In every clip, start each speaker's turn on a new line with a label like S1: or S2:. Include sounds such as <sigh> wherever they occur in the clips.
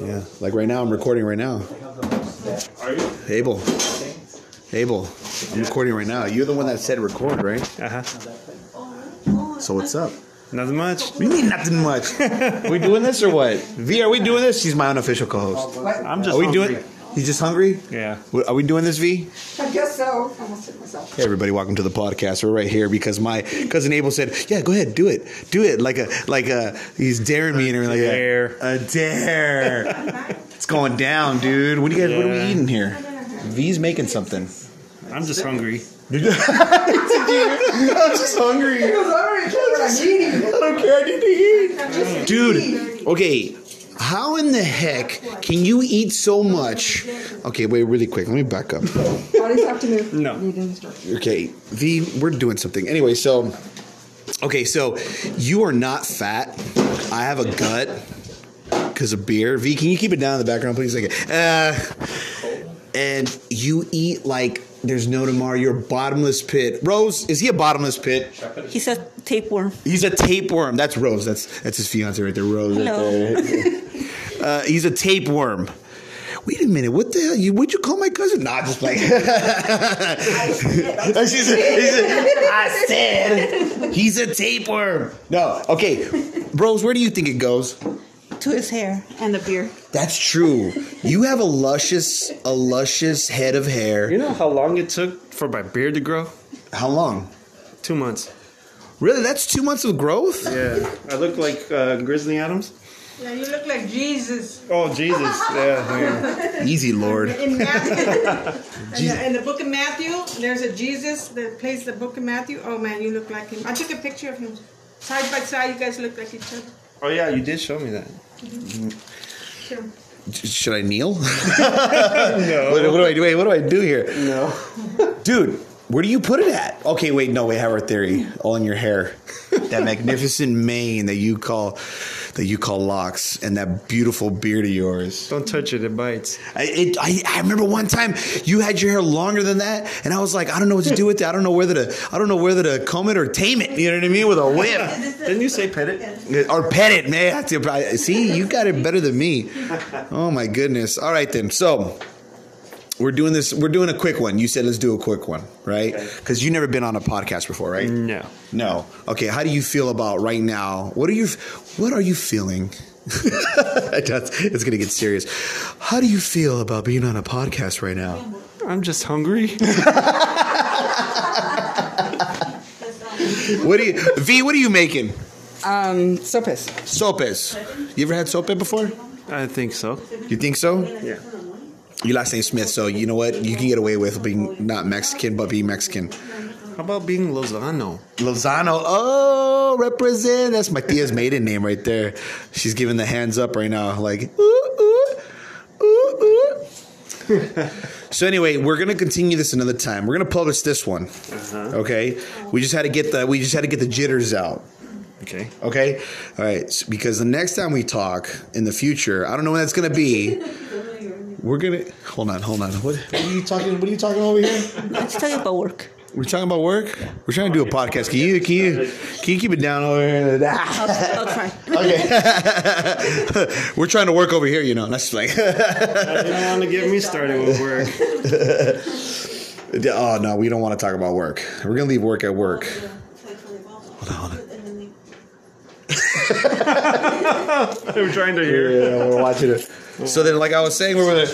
S1: Yeah, like right now, I'm recording right now.
S2: Are you?
S1: Abel, Abel, I'm recording right now. You're the one that said record, right?
S2: Uh huh.
S1: So what's up?
S2: Nothing much.
S1: What do you mean nothing much? <laughs> we doing this or what? V, are we doing this? She's my unofficial co-host.
S2: I'm just.
S1: Are we doing?
S2: hungry.
S1: You just hungry?
S2: Yeah.
S1: What- Are we doing this, V?
S3: I guess so. I almost hit myself.
S1: Hey everybody, welcome to the podcast. We're right here because my cousin Abel said, "Yeah, go ahead, do it, do it." Like a like a he's daring me and everything like
S2: dare.
S1: A, a dare. <laughs> it's going down, dude. What do you guys? What are we
S2: Yeah.
S1: eating here? V's making something.
S2: I'm just hungry.
S1: I'm just hungry.
S3: Because I already told you I'm eating.
S1: I don't care. I need to eat.
S3: I'm just
S1: Dude, okay. How in the heck can you eat so much? Okay, wait, really quick. Let me back up.
S3: Bodies have to move.
S2: No.
S3: Need instruction.
S1: Okay, V, we're doing something. Anyway, so, okay, so you are not fat. I have a gut because of beer. V, can you keep it down in the background, please? Okay. Uh, and you eat like there's no tomorrow. You're a bottomless pit. Rose, is he a bottomless pit?
S4: He said tapeworm.
S1: He's a tapeworm. That's Rose. That's that's his fiance right there. Rose. right
S4: Hello.
S1: there. uh, he's a tapeworm. Wait a minute. What the hell? You would you call my cousin? Nah, just like. And she's a- he's a- I said he's a tapeworm. No. Okay, Rose. Where do you think it goes?
S4: To his hair and the beard.
S1: That's true. You have a luscious, a luscious head of hair.
S2: You know how long it took for my beard to grow?
S1: How long?
S2: Two months.
S1: Really? That's two months of growth.
S2: Yeah. I look like uh, Grizzly Adams.
S3: Yeah, you look like Jesus.
S2: Oh Jesus. <laughs> Yeah. yeah.
S1: Easy, Lord. <laughs>
S5: In Matthew, in, the, in the book of Matthew, there's a Jesus that plays the book of Matthew. Oh man, you look like him. I took a picture of him. Side by side, you guys look like each other.
S2: Oh yeah, you did show me that.
S5: Sure.
S1: Should I <laughs> kneel? What, what do I do? Wait, what do I do here? No. Dude, where do you put it at? Okay, wait, no, we have our theory. All in your hair. That magnificent <laughs> mane that you call that you call locks and that beautiful beard of yours.
S2: Don't touch it. It bites.
S1: I, it, I, I remember one time you had your hair longer than that, and I was like, I don't know what to do with it. I don't know whether to I don't know whether to comb it or tame it. You know what I mean? With a whip.
S2: Didn't you say pet it?
S1: Or pet it, man. That's your- I- See, you got it better than me. Oh my goodness. All right then. So we're doing this. We're doing a quick one. You said let's do a quick one, right? Because you've never been on a podcast before, right?
S2: No.
S1: No. Okay. How do you feel about right now? What are you? What are you feeling? <laughs> That's- it's gonna get serious. How do you feel about being on a podcast right now?
S2: I'm just hungry. <laughs>
S1: What do you, V? What are you making?
S3: Um, so pissed.
S1: Sopes. You ever had sope before?
S2: I think so.
S1: You think so?
S2: Yeah.
S1: Your last name Smith, so you know what? You can get away with being not Mexican, but being Mexican.
S2: How about being Lozano?
S1: Lozano, oh, represent. That's my tia's maiden name right there. She's giving the hands up right now, like, ooh, ooh, ooh, ooh. <laughs> so, anyway, we're going to continue this another time. We're going to publish this one. Okay? We just had to get the we just had to get the jitters out.
S2: Okay.
S1: Okay? All right. s- because the next time we talk in the future, I don't know when that's going to be. <laughs> We're going to Hold on, hold on. What, what are you talking what are you talking over here?
S4: Let's talk about work.
S1: We're talking about work. We're trying to do a podcast. Can you can you can you keep it down over here? <laughs> Ah,
S4: I'll, I'll try.
S1: okay. We're trying to work over here, you know. And that's just like, <laughs>
S2: You don't want to get me started with work.
S1: oh no, we don't want to talk about work. We're gonna leave work at work.
S2: <laughs> I'm trying to hear.
S1: we're watching it. So then, like I was saying, we were
S5: Hey,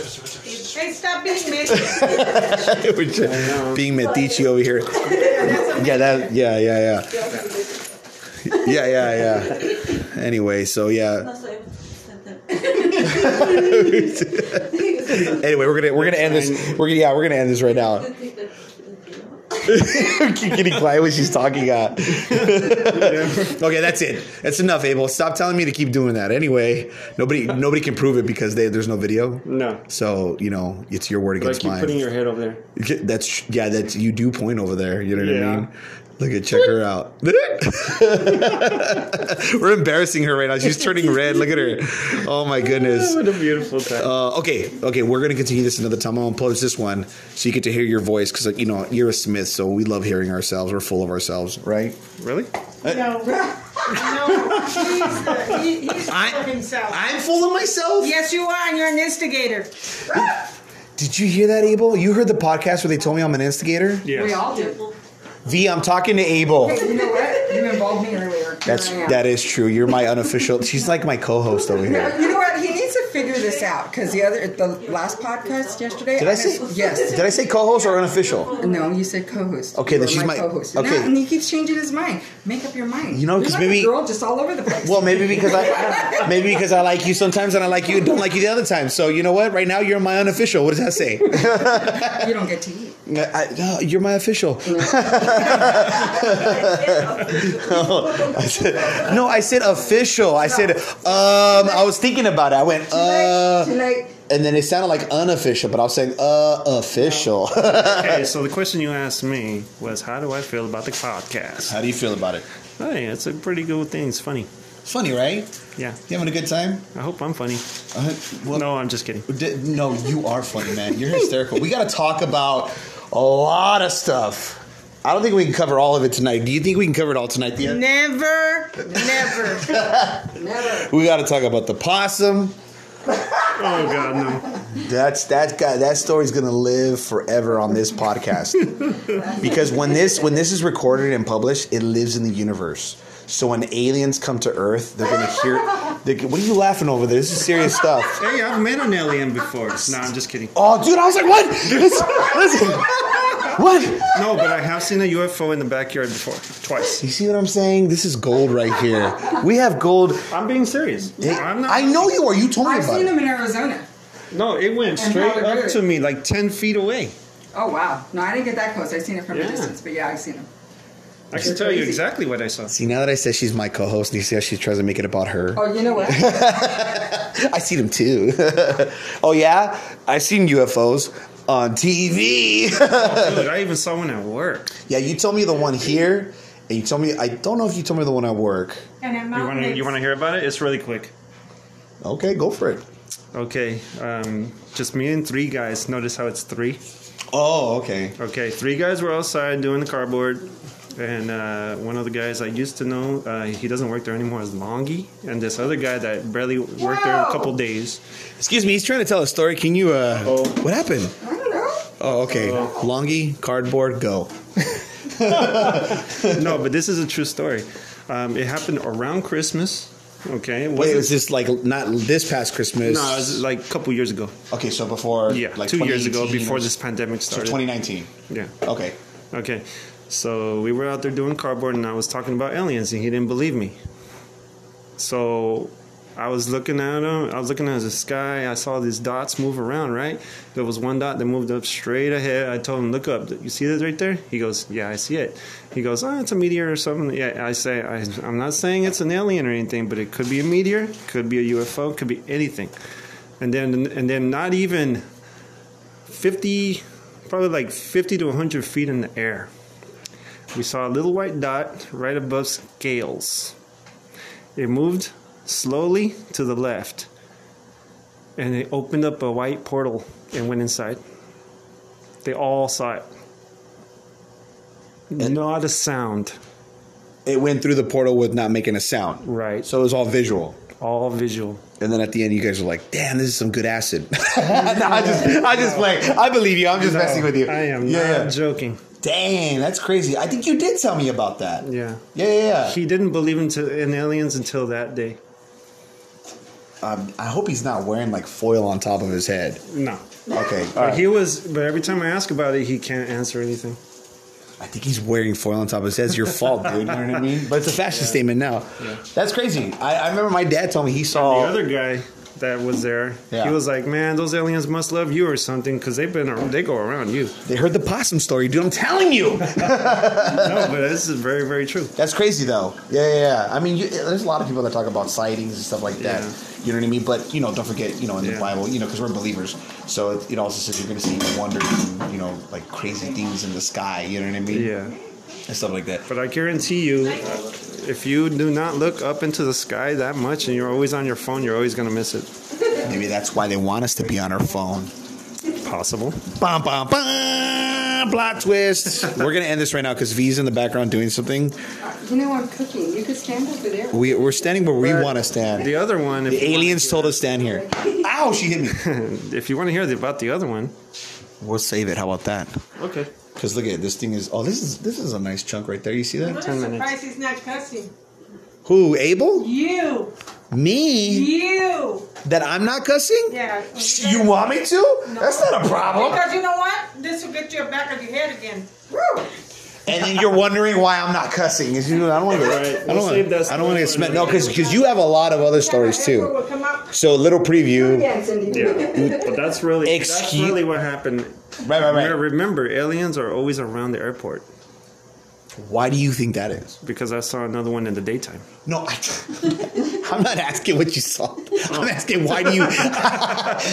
S5: stop being messy.
S1: <laughs> we're just being Medici over here. Yeah, that. Yeah, yeah, yeah. Yeah, yeah, yeah. Anyway, so yeah. <laughs> Anyway, we're gonna we're gonna end this. We're gonna yeah, we're gonna end this right now. <laughs> keep getting quiet when she's talking. Uh. <laughs> okay, that's it. That's enough, Abel. Stop telling me to keep doing that. Anyway, nobody nobody can prove it because they, there's no video.
S2: No.
S1: So you know it's your word
S2: But I
S1: against
S2: keep
S1: mine.
S2: putting your head over there.
S1: Okay, <laughs> That's yeah. That's you do point over there. You know what I
S2: Yeah.
S1: mean? Look at check her out. <laughs> We're embarrassing her right now. She's turning red. Look at her. Oh my goodness.
S2: <laughs>
S3: <laughs>
S2: What a beautiful time.
S1: Uh, okay, okay, we're gonna continue this another time. I'm gonna post this one so you get to hear your voice because you know you're a Smith, so we love hearing ourselves. We're full of ourselves, right?
S2: really?
S5: No. No, he's, the, he, he's
S1: I-
S5: full of himself.
S1: I'm full of myself.
S5: yes, you are, and you're an instigator.
S1: Did you hear that, Abel? You heard the podcast where they told me I'm an instigator?
S2: Yes.
S3: We all do.
S1: V, I'm talking to Abel.
S3: You know what? You involved me earlier.
S1: That's
S3: Here I am.
S1: that is true. You're my unofficial. She's like my co-host over here.
S3: You know what? He needs to figure this out because the other, the last podcast yesterday.
S1: Did I say
S3: yes?
S1: Did I say co-host or unofficial?
S3: No, you said co-host.
S1: Okay,
S3: You
S1: then
S3: are
S1: she's my-
S3: co-host.
S1: okay.
S3: No, and he keeps changing his mind. Make up your mind.
S1: You know,
S3: You're
S1: 'cause
S3: like a
S1: maybe-
S3: girl just all over the place.
S1: Well, maybe because I maybe because I like you sometimes and I like you and don't like you the other time. So you know what? Right now you're my unofficial. What does that say?
S3: you don't get to eat.
S1: I, no, you're my official. <laughs> I said, no, I said official. I said um. I was thinking about it. I went
S3: too
S1: uh,
S3: late.
S1: and then it sounded like unofficial, but I was saying uh official. <laughs>
S2: Okay, so the question you asked me was, how do I feel about the podcast?
S1: How do you feel about it?
S2: Hey, it's a pretty good thing. It's funny.
S1: Funny, right?
S2: Yeah,
S1: You having a good time?
S2: I hope I'm funny.
S1: Uh, well,
S2: No, I'm just kidding.
S1: D- No, you are funny, man. You're hysterical. We got to talk about a lot of stuff. I don't think we can cover all of it tonight. Do you think we can cover it all tonight? Thea?
S5: Never, never.
S3: Never.
S1: We got to talk about the possum.
S2: Oh God, no.
S1: That's that guy. That story's gonna live forever on this podcast because when this when this is recorded and published, it lives in the universe. So when aliens come to Earth, they're gonna hear. They're, what are you laughing over? There? This is serious stuff.
S2: Hey, I've met an alien before. No, I'm just kidding.
S1: Oh, dude, I was like, what? This- listen, what?
S2: No, but I have seen a UFO in the backyard before, twice.
S1: You see what I'm saying? This is gold right here. We have gold.
S2: I'm being serious. I'm not.
S1: I know you are. You told me
S3: I've
S1: about
S3: seen
S1: it.
S3: them in Arizona.
S2: No, it went
S3: And
S2: straight
S3: how it
S2: up
S3: did.
S2: to me, like ten feet away.
S3: Oh wow! No, I didn't get that close. I've seen it from a
S2: Yeah.
S3: distance, but yeah, I've seen them.
S2: I can tell you exactly what I
S1: <laughs>
S2: saw.
S1: See, now that I said she's my co-host, and you see how she tries to make it about her.
S3: Oh, you know what?
S1: I see them too. <laughs> oh yeah, I've seen UFOs on TV.
S2: Dude, I even saw one at work.
S1: <laughs> yeah, you told me the one here, and you told me I don't know if you told me the one at work.
S5: And I'm
S2: You want to you want to hear about it? It's really quick.
S1: Okay, go for it.
S2: Okay, um, just me and three guys. Notice how it's three.
S1: Oh, okay.
S2: Okay, three guys were outside doing the cardboard, and uh, one of the guys I used to know, uh, he doesn't work there anymore, is Longy, and this other guy that barely worked there a
S3: Whoa!
S2: couple days.
S1: Excuse me, he's trying to tell a story. Can you? uh
S2: Oh. Uh.
S1: What happened?
S3: I don't know.
S1: Oh, okay. Longy cardboard go.
S2: no, but this is a true story. Um, it happened around Christmas. Okay, it
S1: Wait, it
S2: wasn't-
S1: was just like not this past Christmas.
S2: no, it was like a couple years ago.
S1: Okay, so before
S2: Yeah,
S1: like
S2: two years ago,
S1: 2018
S2: before
S1: or-
S2: this pandemic
S1: so
S2: started.
S1: 2019.
S2: Yeah.
S1: Okay.
S2: Okay, so we were out there doing cardboard, and I was talking about aliens, and he didn't believe me. So I was looking at him. I was looking at the sky. I saw these dots move around. Right, there was one dot that moved up straight ahead. I told him, "Look up. You see this right there?" He goes, "Yeah, I see it." He goes, "Oh, it's a meteor or something." Yeah, I say, I, "I'm not saying it's an alien or anything, but it could be a meteor, could be a UFO, could be anything." And then, and then, not even 50, probably like 50 to 100 feet in the air. We saw a little white dot right above scales. It moved slowly to the left and it opened up a white portal and went inside. They all saw it. Not a sound.
S1: It went through the portal with not making a sound.
S2: Right.
S1: So it was all visual.
S2: All visual.
S1: And then at the end, you guys are like, "Damn, this is some good acid." <laughs> no, I just, I just play. I believe you. I'm just messing with you.
S2: I am
S1: Yeah.
S2: not joking.
S1: Dang, that's crazy. I think you did tell me about that.
S2: Yeah.
S1: Yeah, yeah, yeah.
S2: He didn't believe in, to, in aliens until that day.
S1: um, I hope he's not wearing like foil on top of his head.
S2: No.
S1: Okay. All
S2: But
S1: right.
S2: he was, but every time I ask about it, he can't answer anything.
S1: I think he's wearing foil on top of his head. It's your fault, dude. You know what I mean? But it's a fashion statement now. That's crazy. I, I remember my dad told me he saw.
S2: the other guy that was there,
S1: Oh. Yeah.
S2: he was like, "Man, those aliens must love you or something, because they've been ar- they go around
S1: <laughs>
S2: you."
S1: they heard the possum story, dude. I'm telling you.
S2: no, but this is very very true.
S1: <laughs> That's crazy though. Yeah, yeah. yeah. I mean, you, there's a lot of people that talk about sightings and stuff like that.
S2: Yeah.
S1: You know what I mean? But you know, don't forget, you know, in the
S2: Yeah.
S1: Bible, you know, because we're believers, so it, it also says you're going to see wonders and you know, like crazy things in the sky. You know what I mean?
S2: Yeah,
S1: And stuff like that.
S2: but I guarantee you, uh, if you do not look up into the sky that much and you're always on your phone, you're always gonna miss it.
S1: Maybe that's why they want us to be on our phone.
S2: Possible.
S1: Bum, bum, bum. Ah, plot <laughs> twist. We're gonna end this right now because V's in the background doing something.
S3: You know I'm cooking. You could stand over there.
S1: We, we're standing where we want to stand.
S2: The other one, if
S1: The
S2: you wanna
S1: aliens
S2: hear-
S1: told us stand <laughs> here. Ow, she hit me.
S2: If you want to hear about the other one,
S1: We'll save it. How about that?
S2: okay.
S1: Because look at it, this thing is. Oh, this is this is a nice chunk right there. You see
S5: I'm
S1: that?
S5: surprised he's not cussing.
S2: Mm-hmm.
S1: Who? Abel?
S5: You,
S1: Me?
S5: you,
S1: That I'm not cussing?
S5: yeah.
S1: Sh- You want me to? That's not a problem.
S5: Because you know what? This will get you back of your head again.
S1: And then you're wondering why I'm not cussing. 'Cause you know, I don't want to.
S2: All right,
S1: I
S2: we'll
S1: don't
S2: save
S1: want
S2: that
S1: to. I don't want to
S2: story
S1: get smacked.
S2: for
S1: No,
S2: another
S1: because you have a lot of other stories
S5: Emperor
S1: too.
S5: will come out.
S1: So little preview.
S2: Yeah, but that's really that's
S1: Excuse-
S2: really what happened.
S1: Right, right, right.
S2: Remember, aliens are always around the airport
S1: Why do you think that is?
S2: because I saw another one in the daytime.
S1: No, I, <laughs> I'm not asking what you saw. I'm asking why do you <laughs>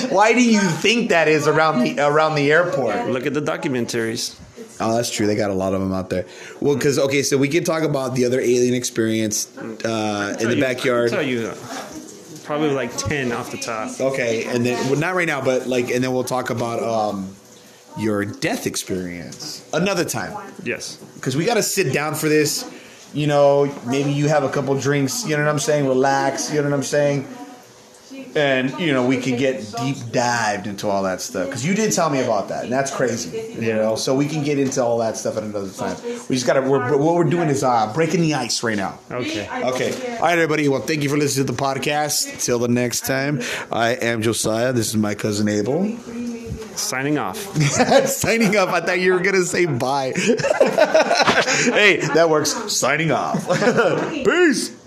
S1: why do you think that is around the around the airport?
S2: Look at the documentaries.
S1: Oh, that's true. They got a lot of them out there. Well, because okay, so we can talk about the other alien experience uh, in the
S2: I'll
S1: backyard.
S2: tell you, uh, probably like ten off the top.
S1: Okay, and then well, not right now, but like, and then we'll talk about um, your death experience another time
S2: Yes.
S1: because we got to sit down for this. You know, maybe you have a couple drinks. You know what I'm saying? Relax. You know what I'm saying? And you know, we can get deep dived into all that stuff because you did tell me about that, and that's crazy. You
S2: Yeah.
S1: know, so we can get into all that stuff at another time. We just got to. We're, what we're doing is uh, breaking the ice right now.
S2: Okay.
S1: Okay. All right, everybody. Well, thank you for listening to the podcast. Till the next time, I am Josiah. This is my cousin Abel. <laughs>
S2: Signing off.
S1: Signing off. I thought you were going to say bye. hey, that works. Signing off. <laughs> Peace.